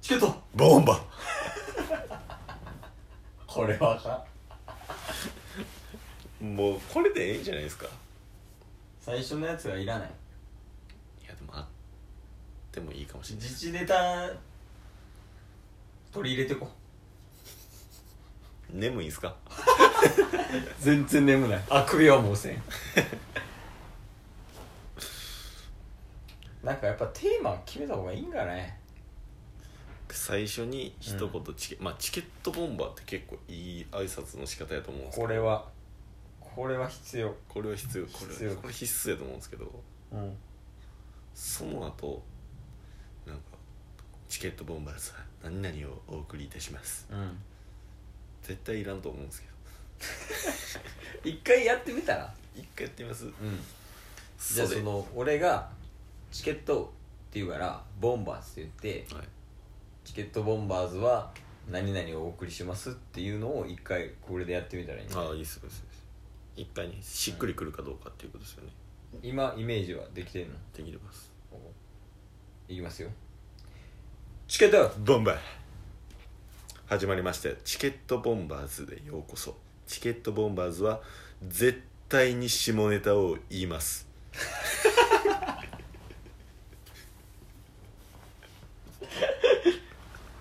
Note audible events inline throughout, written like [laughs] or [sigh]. チケットボンバこれはあかんーもうこれでええんじゃないですか最初のやつはいらないいやでもあってもいいかもしれない自治ネタ取り入れてこ眠いんすか全然眠ないあくびはもう [laughs] せんなんかやっぱテーマ決めた方がいいんかね最初に一言チケ,、まあ、チケットボンバーって結構いい挨拶の仕方やと思うんですけどこれはこれは必要これは必要これ必要これ必須やと思うんですけどうんその後なんかチケットボンバーさん何々をお送りいたしますうん絶対いらんと思うんですけど一回やってみたら一回やってみますうんじそゃれあその俺がチケットって言うからボンバーズって言ってはいチケットボンバーズは何々をお送りしますっていうのを一回これでやってみたらいいねああいいっすよいいっすよいいっす一回にしっくりくるかどうかっていうことですよね、今イメージはできてんのできてますいきますよチケットボンバー始まりましたチケットボンバーズでようこそチケットボンバーズは絶対に下ネタを言います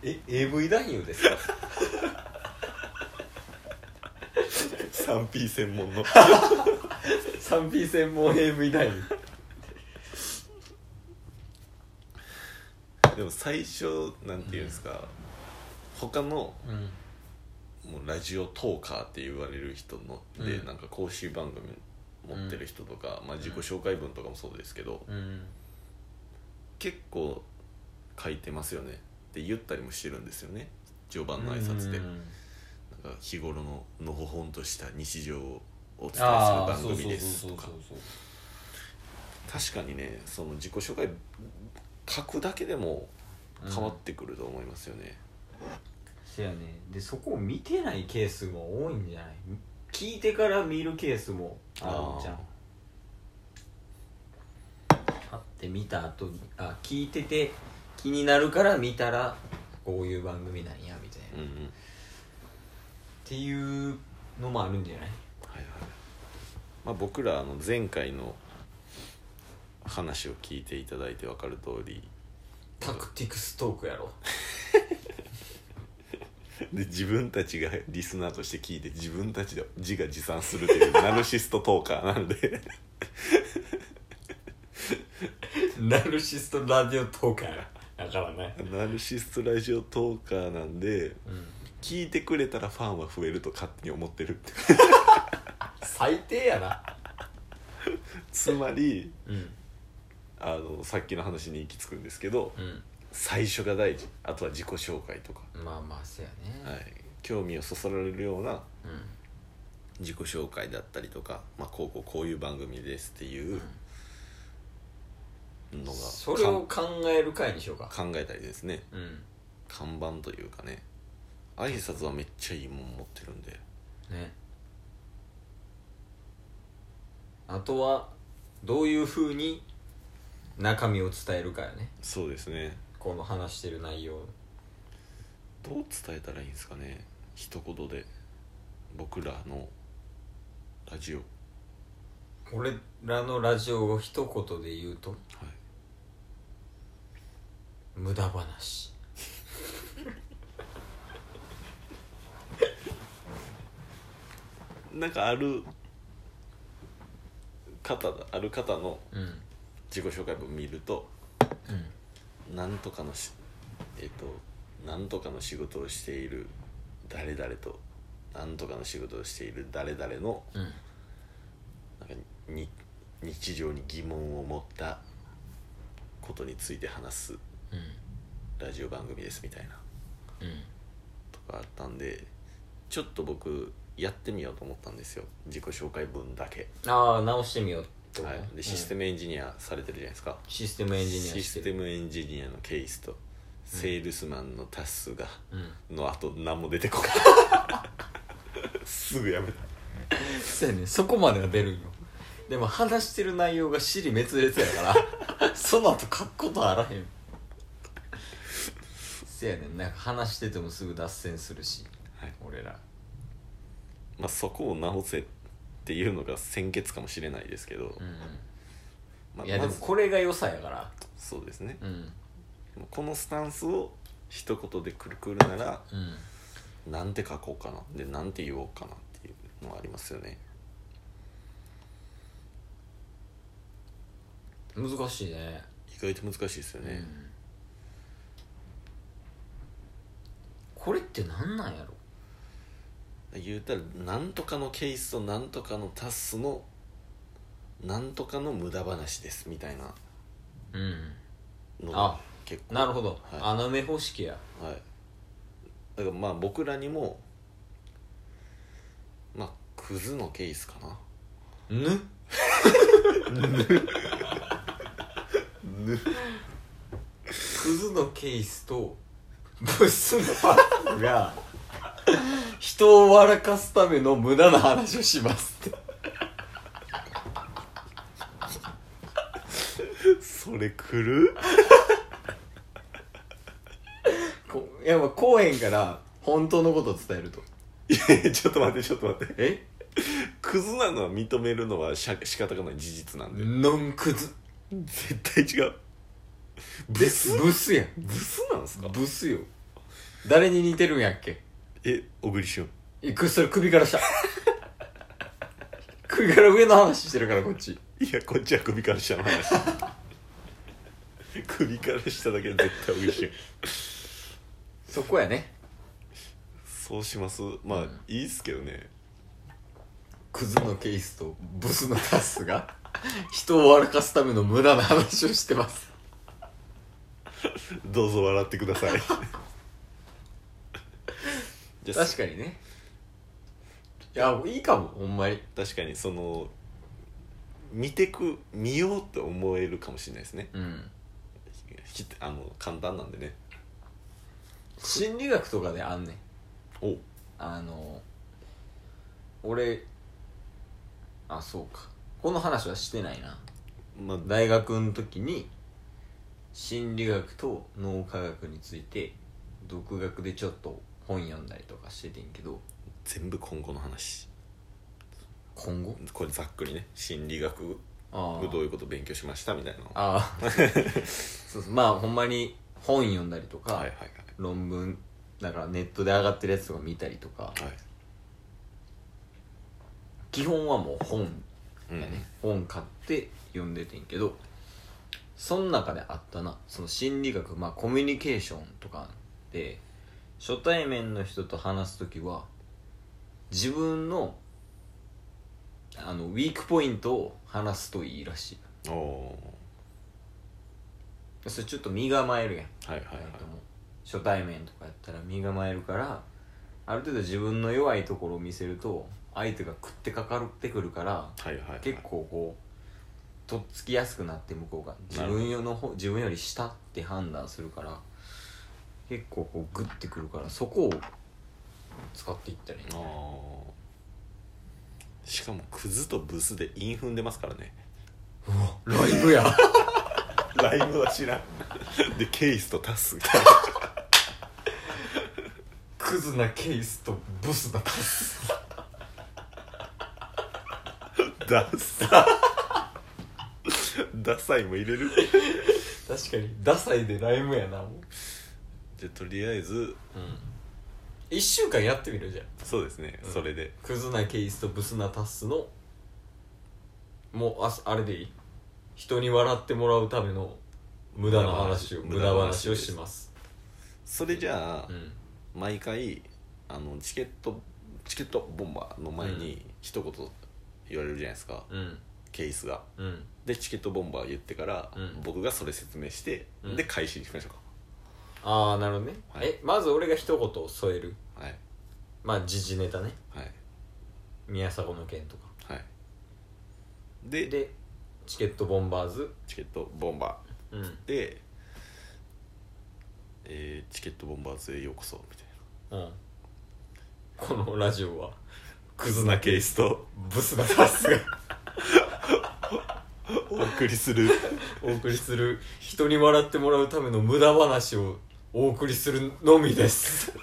え AV 男優 [laughs] ですか 3P 専 [laughs] 門の 3P 専門 AV 男優でも最初なんていうんですか、他のうんもうラジオトーカーって言われる人ので、うんなんか講習番組持ってる人とか、まあ、自己紹介文とかもそうですけど、うん結構書いてますよねって言ったりもしてるんですよね序盤の挨拶で、うんなんか日頃ののほほんとした日常をお伝えするああ番そう組そうでそすうそとうかそう確かにねその自己紹介書くだけでも変わってくると思いますよね、せやねでそこを見てないケースも多いんじゃない聞いてから見るケースもあるじゃんああって見た後にあ聞いてて気になるから見たらこういう番組なんやみたいな、うんっうんていうのもあるんじゃないはいはいまあ、僕らあの前回の話を聞いていただいて分かる通りタクティクストークやろで自分たちがリスナーとして聞いて自分たちで自画自賛するというナルシストトーカーなんで [laughs] [laughs] ナルシストラジオトークやろだからねナルシストラジオトーカーなんでうん聞いてくれたらファンは増えると勝手に思ってる [laughs] 最低やなつまりうんあのさっきの話に行き着くんですけどう最初が大事あとは自己紹介とか、んまあまあせやね、はい、興味をそそられるようなうん自己紹介だったりとか、まあ、こうこうこういう番組ですっていうのがそれを考える回にしようかかん考えたりですねうん看板というかね挨拶はめっちゃいいもん持ってるんでねあとはどういうふうに中身を伝えるかよねそうですねこの話してる内容どう伝えたらいいんですかね一言で僕らのラジオは俺らのラジオを一言で言うとい無駄話なんかある方だある方のうんうん自己紹介文見るとなんとかのしえっ、となんとかの仕事をしている誰々となんとかの仕事をしている誰々のうんなんかに日常に疑問を持ったことについて話すうんラジオ番組ですみたいなうんとかあったんでちょっと僕やってみようと思ったんですよ自己紹介文だけ、ああ直してみようってことはねい、でシステムエンジニアされてるじゃないですか、システムエンジニアシしてスるテムエンジニアのケースとセールスマンのタスが、うんのあと何も出てこないすぐやめたそうやねそこまでは出るんよでも話してる内容が尻 [laughs] 滅裂やからその後書くことはあらへんせやねんなんか話しててもすぐ脱線するしはい俺らまあ、そこを直せっていうのが先決かもしれないですけど、うんまあ、いやでまもずこれが良さやからそうですね、うんこのスタンスを一言でくるくるならうんなんて書こうかなでなんて言おうかなっていうのはありますよね難しいね意外と難しいですよね、これってなんなんやろ言うたらなんとかのケースとなんとかのタスのなんとかの無駄話ですみたいなうんのがあ結構なるほど、はい穴埋め方式やはい、だからまあ僕らにもまあクズのケースかなぬぬクズのケースとブスのパックが人を笑かすための無駄な話をしますってそれ来るこいやっぱこうへんから本当のことを伝えるといやいやちょっと待ってちょっと待ってえクズなのは認めるのはしゃ仕方がない事実なんでノンクズ絶対違うブでスブスやんブスなんすかブスよ誰に似てるんやっけえ小栗旬いくそれ首から下首から上の話してるからこっちいやこっちは首から下の話首から下だけは絶対小栗旬そこやねそうしますまあ、うんいいっすけどねクズのケースとブスのタスが [laughs] 人を笑かすための無駄な話をしてますどうぞ笑ってくださいじゃあ確かにねいやいいかもほんまに確かにその見てく見ようって思えるかもしれないですねうんひあの簡単なんでね心理学とかであんねんおあの俺あそうかこの話はしてないなまあ大学の時に心理学と脳科学について独学でちょっと本読んだりとかしててんけど全部今後の話今後これざっくりね心理学部あどういうこと勉強しましたみたいなのああそうそうまあほんまに本読んだりとか、はいはい論文だからネットで上がってるやつとか見たりとかはいはい基本はもう本うんやね、本買って読んでてんけどその中であったなその心理学まあコミュニケーションとかで初対面の人と話す時は自分のあのウィークポイントを話すといいらしおおいそれちょっと身構えるやんーはいはいはい二人とも初対面とかやったら身構えるからある程度自分の弱いところを見せると相手が食ってかかってくるからはいはいはい結構こうとっつきやすくなって向こうが自なるほど分よの方自分より下って判断するから結構こうグッてくるからそこを使っていったらいいあなーしかもクズとブスで韻踏んでますからね [laughs] ライブやライブは知らんでケイスとタスが [laughs] [laughs] クズなケースとブスなパスダサ [laughs] ダサいも入れる確かにダサいでライブやなもうじゃあとりあえずうん1週間やってみるじゃんそうですね、うんそれでクズなケイスとブスなタスのもうああれでいい人に笑ってもらうための無駄な話を無無駄駄話話ををしますそれじゃあ、うん毎回あのチケットチケットボンバーの前うに一言言われるじゃないですか、うんケースがうんでチケットボンバー言ってから、うん僕がそれ説明して、うんで開始にしましょああなるほどね、はいえまず俺が一言添えるうかはいまあ時事ネタねはい宮迫の件とかはいででチケットボンバーズチケットボンバうんーで、えーチケットボンバーズへようこそみたいなうんこのラジオはクズなケースとブスなタスがお送りするお送りする人に笑ってもらうための無駄話をお送りするのみです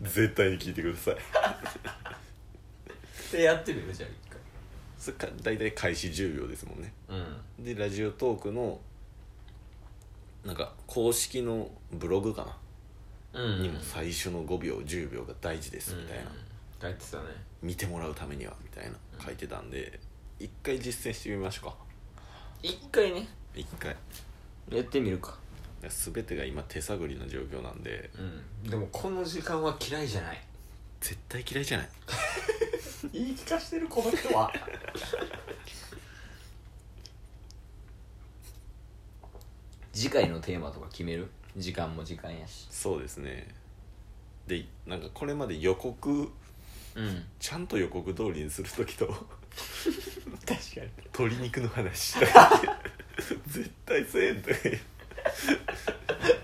絶対に聞いてくださいでやってみるじゃあ一そっか大体開始10秒ですもんね回うんでラジオトークのなんか公式のブログかな、うんにも最初の5秒10秒が大事ですみたいな、書いてたね見てもらうためにはみたいな書いてたんで一回実践してみましょうか一回ね一回やってみるか全てが今手探りな状況なんでうんでもこの時間は嫌いじゃない絶対嫌いじゃない言い聞かしてるこの人 [laughs] は次回のテーマとか決める時間も時間やしそうですねでなんかこれまで予告うんちゃんと予告通りにする時 [laughs] と確かに鶏肉の話したい [laughs] 絶対せえんとか言う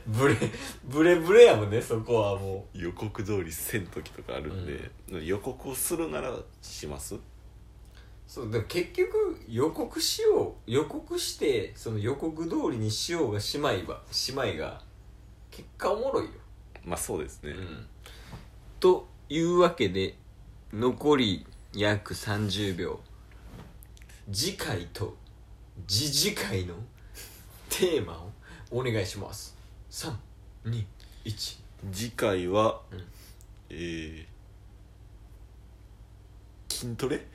ブレブレブレやもんねそこはも予告通りせん時とかあるんで、予告をするならしますうそうでも結局予告しよう予告してその予告通りにしようがしまいばしまいが結果おもろいよまあそうですね、というわけで残り約30秒次回と次次回のテーマをお願いします321次回は、うんえー筋トレ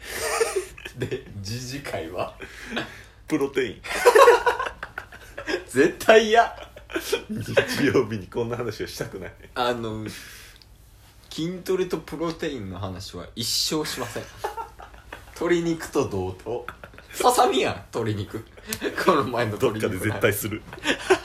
[laughs] で次次回は [laughs] プロ [laughs] テイン絶対嫌日曜日にこんな話をしたくないあの筋トレとプロテインの話は一生しま [laughs] せん鶏肉と同等ささみやん鶏肉この前のどっ鶏か肉で絶対する